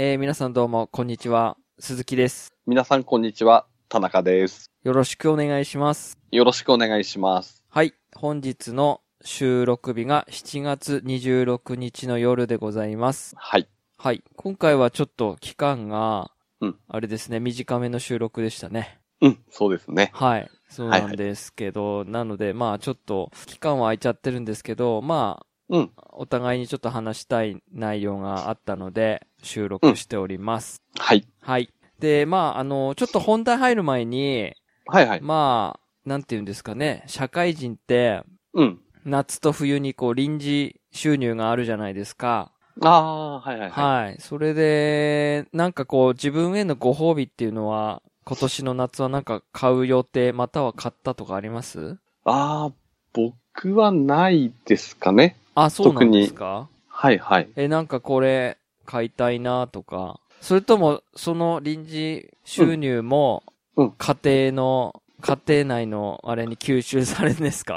えー皆さんどうも、こんにちは。鈴木です。皆さん、こんにちは。田中です。よろしくお願いします。よろしくお願いします。はい。本日の収録日が7月26日の夜でございます。はい。はい。今回はちょっと期間が、うんあれですね、短めの収録でしたね。うん、そうですね。はい。そうなんですけど、なので、まあちょっと、期間は空いちゃってるんですけど、まあ、うんお互いにちょっと話したい内容があったので、収録しております。はい。はい。で、まあ、あの、ちょっと本題入る前に、はいはい。まあ、なんて言うんですかね、社会人って、うん。夏と冬にこう臨時収入があるじゃないですか。ああー、はいはいはい。はい。それで、なんかこう自分へのご褒美っていうのは、今年の夏はなんか買う予定、または買ったとかありますああ、僕はないですかね。あ、そうなんですかは いはい。え、なんかこれ買いたいなとか。それとも、その臨時収入もうんうん、家庭の、家庭内のあれに吸収されるんです か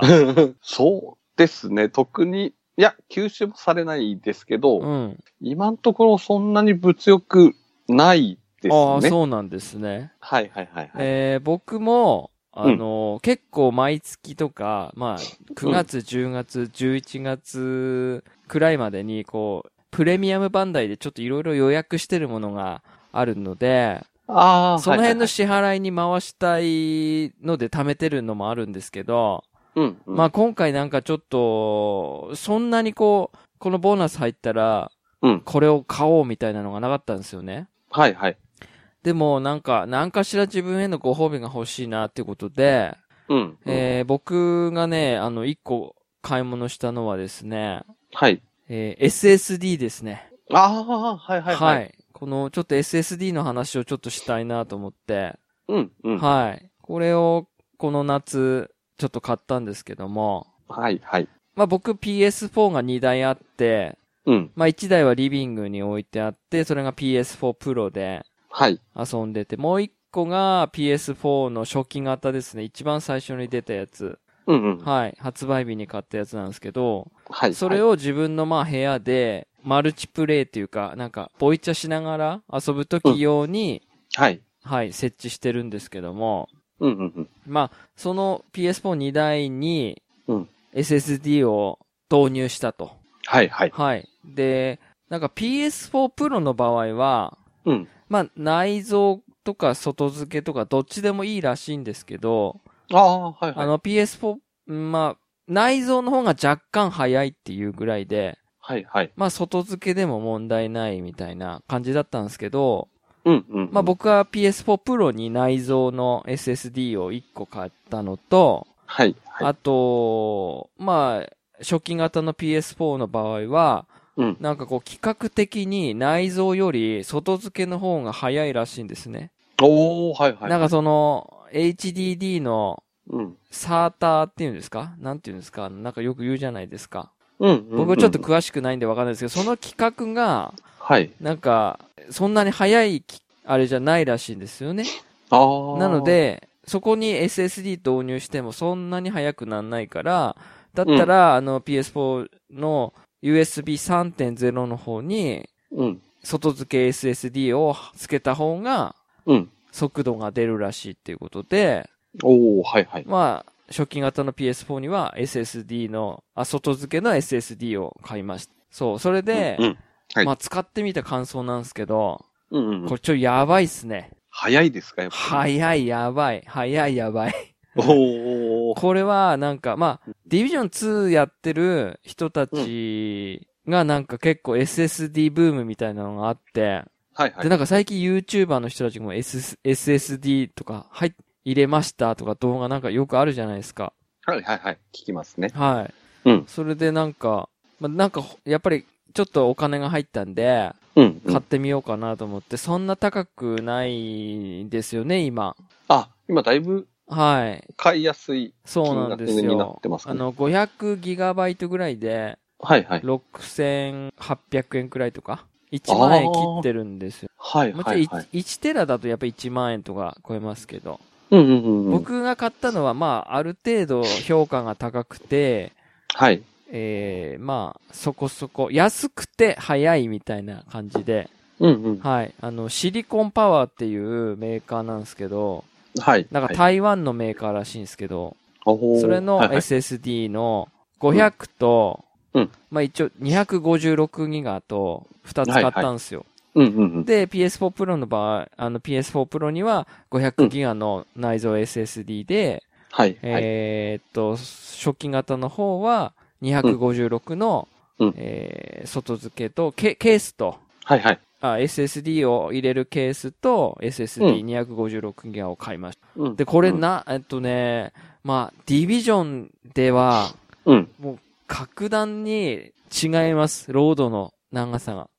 そうですね。特に、いや、吸収もされないですけど、うん。今のところそんなに物欲ないですね。ああ、そうなんですね。はいはいはいはい。えー僕も、あうんの結構毎月とか、まあ、9月、10月、11月くらいまでに、こう、プレミアム番台でちょっといろいろ予約してるものがあるので、ああ、その辺のはい支払いに回したいので貯めてるのもあるんですけど、はいはい、うん、うん。まあ今回なんかちょっと、そんなにこう、このボーナス入ったら、うんこれを買おうみたいなのがなかったんですよね。はいはい。でも、なんか、何かしら自分へのご褒美が欲しいなっていうことで、うん。うんえー、僕がね、あの、一個買い物したのはですね、はい。えー SSD ですね。ああ、はいはいはい。この、ちょっと SSD の話をちょっとしたいなと思って、うん、うん。はい。これを、この夏、ちょっと買ったんですけども、はいはい。まあ僕 PS4 が2台あって、うん。まあ1台はリビングに置いてあって、それが PS4 Pro で、はい。遊んでて、もう一個が PS4 の初期型ですね。一番最初に出たやつ。うんうん。ははい。発売日に買ったやつなんですけど、い。それを、を自分のまあ部屋で、マルチプレイっていうか、なんか、ボイチャしながら遊ぶ時用に、はい。はい、設置してるんですけども、うんうんうん。まあ、その PS42 台にうん、 SSD を導入したと。はいはい。はい。で、なんか PS4 Pro の場合は、うん。まあ、内蔵とか外付けとかどっちでもいいらしいんですけど、ああ、はいはあい。の PS4、まあ、内蔵の方が若干早いっていうぐらいで、はいはい。まあ、外付けでも問題ないみたいな感じだったんですけど、うんうん。まあ、、僕は PS4 Pro に内蔵の SSD を1個買ったのと、はいはい。あと、まあ、初期型の PS4 の場合は、うん。なんかこう、規格的に内蔵より外付けの方が早いらしいんですね。おー、はいはい。なんか、その、HDD のうん。サーターっていうんですかなんていうんですかなんかよく言うじゃないですか。うん。僕ちょっとうん、詳しくないんでわかんないですけど、その規格が、はい。なんか、そんなに早いき、あれじゃないらしいんですよね。ああ。なの、で、そこに SSD 導入してもそんなに早くなんないから、だったら、あの PS4 の USB 3.0の方に、うん。外付け SSD を付けた方が、うん。速度が出るらしいっていうことで、おー、はいはい。まあ、初期型の PS4 には SSD の、あ、外付けの SSD を買いました。そう、それで、うん。はいまあ使ってみた感想なんですけど、うんうんうこん。れちょ、やばいっすね。早いですか、やっぱり。早い、やばい。早い、やばい。おー。これは、なんか、まあ、ディビジョン2やってる人たちがなんか結構 SSD ブームみたいなのがあって、はいはで、い。なんか最近 YouTuber の人たちも SS SSD とか、はい、入れましたとか動画なんかよくあるじゃないですか。はいはいはい。聞きますね。はい。うんそれでなんか、まあ、なんかほ、やっぱり、ちょっとお金が入ったんで、うん。う買っんてみようかなと思って、そんな高くないんですよね、今。あ、今だいぶはい。買いやすい。そうなんです金額になっよ。てますあかねの、500ギガバイトぐらいで、はいはい。 6800円くらいとか、1万円切ってるんですよ。はいもちろはんい 1, はい。 1テラだとやっぱ1万円とか超えますけど、うんうんうんうん。僕が買ったのは、まあ、ある程度評価が高くて、はい。えー、まあ、そこそこ、安くて早いみたいな感じで、うんうん。はい。あの、シリコンパワーっていうメーカーなんですけど、はい。なんかはい台湾のメーカーらしいんですけど、おーそれのはいはい SSD の500と、うんまあ一応256ギガと2つ買ったんですよ。うんうんうん。で、PS4 Pro の場合、あの PS4 Pro には500ギガの内蔵 SSD で、はい。はい。えーっと、初期型の方は256の、うんえー外付けとケ、ケースと、はいはい。あ、SSD を入れるケースと SSD256 ギガを買いました。うんで、これ、な、えっとね、まあ、ディビジョンでは、うんうん。格段に違います。ロードの長さが。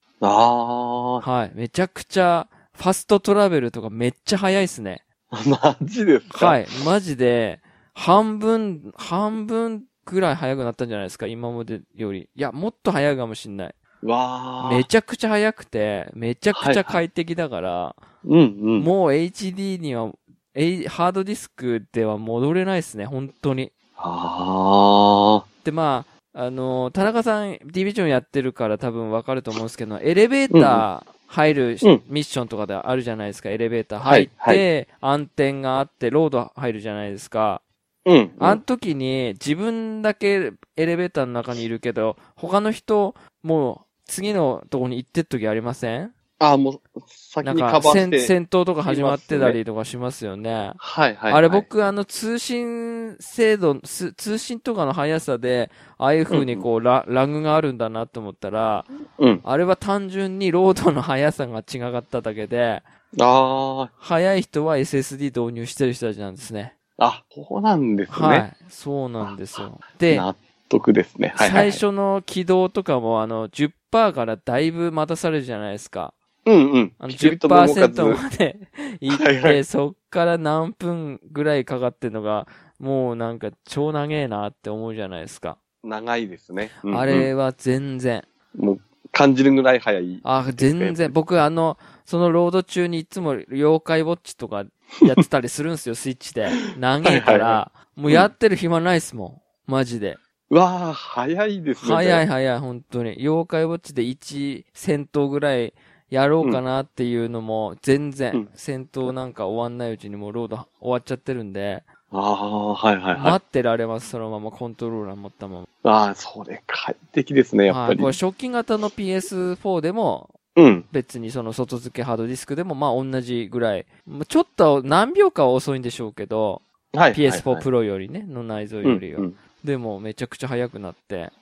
あはい。めちゃくちゃ、ファストトラベルとかめっちゃ早いですね。 ー、マジですか。はいい。マジで、半分、半分くらい早くなったんじゃないですか今までより。いや、もっと早いかもしんない。わーめちゃくちゃ早くて、めちゃくちゃ快適だから、うんうん。もう HD には、えハードディスクでは戻れないですね、本当に。あで、まあ、あのー田中さん、ディビジョンやってるから多分わかると思うんですけど、エレベーター入るし、うんミッションとかであるじゃないですか。エレベーターは入っいて、暗転があって、ロード入るじゃないですか。ー。うん。あの時に、自分だけエレベーターの中にいるけど、他の人、もう、次のとこに行ってっ時ありませんあー、もう、先なんにカかバー戦、して。戦闘とか始まってたりとかしますよね。はいはいはい。あれ僕、あの、通信制度、す通信とかの速さで、ああいう風にこう、ラ、ラグがあるんだなと思ったら、うん。あれは単純にロードの速さが違かっただけで、あー、速い人は SSD 導入してる人たちなんですね。あ、そうなんですはい。ね。そうなんですよ。で、納得ですね。はいはいはい。最。初の起動とかも、あの、10%からだいぶ待たされるじゃないですか。うんうん。あの、キュウリと桃かず10%まで行って、はいはいそっから何分ぐらいかかってんのが、もうなんか超長えなって思うじゃないですか。長いですね。うんうんあれは全然。もう、感じるぐらい早い。あ、全然。僕あの、そのロード中にいつも妖怪ウォッチとかやってたりするんですよ、スイッチ で。長えかはいはいら、もうやってる暇ないっすもん。マジで。うわー、早いですね。早い早い、本当に。妖怪ウォッチで1戦闘ぐらいやろうかなっていうのも、全う然ん、戦闘なんか終わんないうちにもうロード終わっちゃってるんで、あー、はいはいはい。待ってられます、そのままコントローラー持ったまああ、それ快適ですね、ま。やっはぱい、り。これ初期型の PS4 でも、うん。別にその外付けハードディスクでもまあ同じぐらい、まあちょっと何秒かは遅いんでしょうけど、はい。 PS4 プ Pro よりね、の内蔵ロよりは。でもめちゃくちゃ速くなって、こ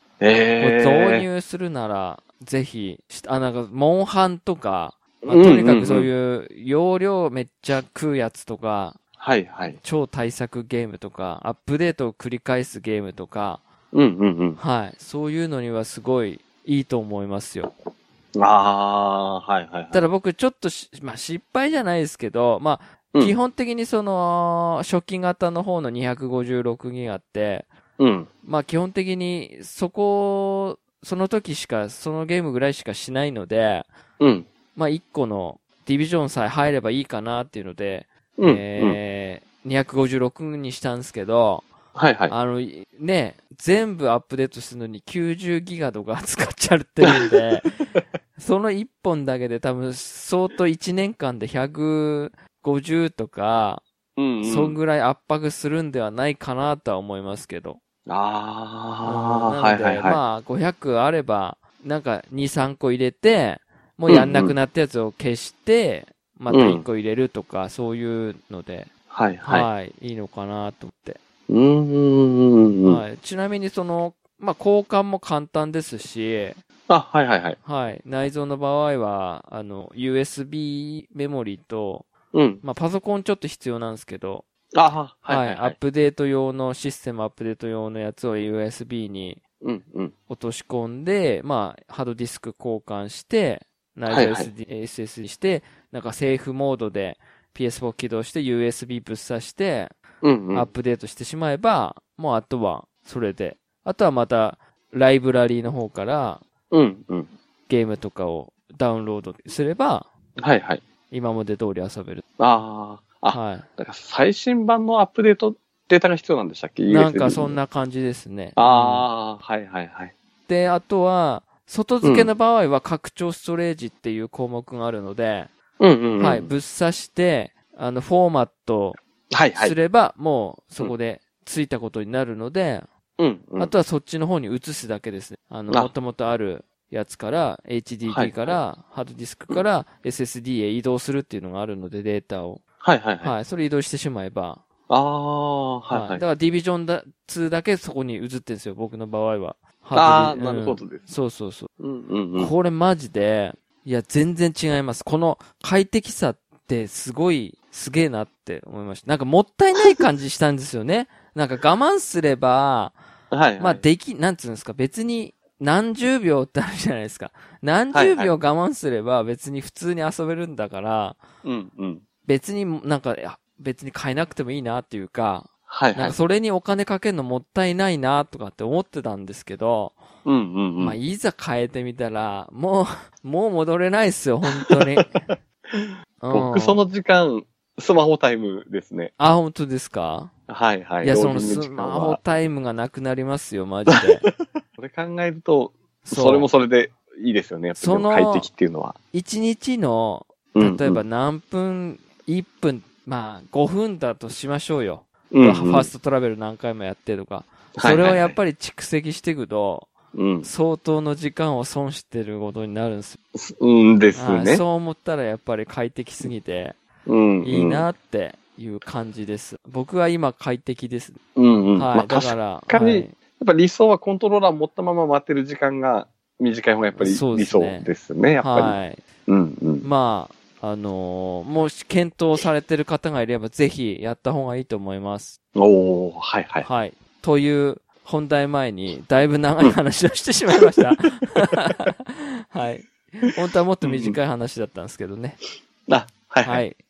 れええ。導入するなら、ぜひし、あ、なんか、モンハンとか、まあ、とにかくそううんうんうん。いう、容量めっちゃ食うやつとか、はいはい。超対策ゲームとか、アップデートを繰り返すゲームとか、うんうんはい。そういうのにはすごいいいと思いますよ。うん。ああー、はいはいはい。ただ僕ちょっとし、まあ、失敗じゃないですけど、まあ、うん基本的にその、初期型の方の256ギガって、うん。まあ基本的にそこ、その時しか、そのゲームぐらいしかしないので、うん。まあ、1個のディビジョンさえ入ればいいかなっていうので、うん。うんえー、256にしたんですけど、はいはい。あの、ね、全部アップデートするのに90ギガとか使っちゃってるん で、その1本だけで多分相当1年間で150とか、うんうんそんぐらい圧迫するんではないかなとは思いますけど。ああ、なはのいで、はいはまあ、500あれば、なんか2、3個入れて、もうやんなくなったやつを消して、また1個入れるとか、そういうので、い。はいはい、、はいいのかなと思って、い。うんうんうんうん。はい。ちなみにその、まあ、交換も簡単ですし、あ、はいはいはい。はい。内蔵の場合は、あの、USB メモリと、うん。まあ、パソコンちょっと必要なんですけど、あー、ははい。はいいアはッい。プデート用のシステムアップデート用のやつを USB にうんうん。落とし込んで、まあ、ハードディスク交換して、内蔵 SD、SSD して、なんかセーフモードで PS4 起動して USB ぶっ刺して、うんうアッん。プデートしてしまえば、もうあとはそれで。あとはまた、ライブラリーの方からうんうん。ゲームとかをダウンロードすれば、はいはい。今まで通り遊べる。ああ、あ、はだから最新版のアップデートデータが必要なんでしたっけい。なんかそんな。な感じですね。うんああ、はいはいはい。で、あとは、外付けの場合は拡張ストレージっていう項目があるので、うんうん、うん。はい、ぶっ刺して、あの、フォーマットはいはすい。れば、もうそこでついたことになるので、うん、うん。あとはそっちの方に移すだけですね。あの、あもともとあるやつから、はい HDD から、ハードディスクから SSD へ移動するっていうのがあるので、データを。はいはいはい。はい、それ移動してしまえば。ああ、はいはい。だから、ディビジョンだ2だけそこに移ってんですよ、僕の場合は。ああ、ハードディなるほ。うんどです。そうそうそう。うんうんうん。これマジで、いや、全然違います。この快適さってすごい、すげえなって思いました。なんかもったいない感じしたんですよね。 なんか我慢すれば、はい、はい。まあでき、なんつうんですか、別に何十秒ってあるじゃないですか。何十はいはい秒我慢すれば別に普通に遊べるんだから、うんうん。別になんか、いや別に買えなくてもいいなっていうか、はいなはんいか。それにお金かけるのもったいないなとかって思ってたんですけど、うんうんうん。まあ、いざ変えてみたら、もう、 もう戻れないっすよ、本当 に。僕、その、の時間、スマホタイムですね。あ、本当ですか、、はいはいい。や、老そ人の時ス間マはホタイムがなくなりますよ、マジ で。それ考えると、そうそれもそれでいいですよね。やっぱりその快適っていうのは。一日の、うん例えばうん何分、1分、まあ、5分だとしましょうよ。うんうん、ファーストトラベル何回もやってとか。はいそはいれはいをやっぱり蓄積していくと、うん。相当の時間を損してることになるんですよ。うんですはいね。そう思ったらやっぱり快適すぎて、うんうんいい。なっていう感じです。僕は今快適です。うんうん。まはあい。だ確かから、にかにはいやっぱ理想はコントローラー持ったまま待ってる時間が短い方がやっぱりそうで理す想ねですね、やっぱり。はい。うんうん。まあ、あのーもし検討されてる方がいれば、ぜひやった方がいいと思います。おおはいはい。はい。という本題前に、だいぶ長い話をしてしまいま した。はい。本当はもっと短い話だったんですけどね。あ、はいは。はいい。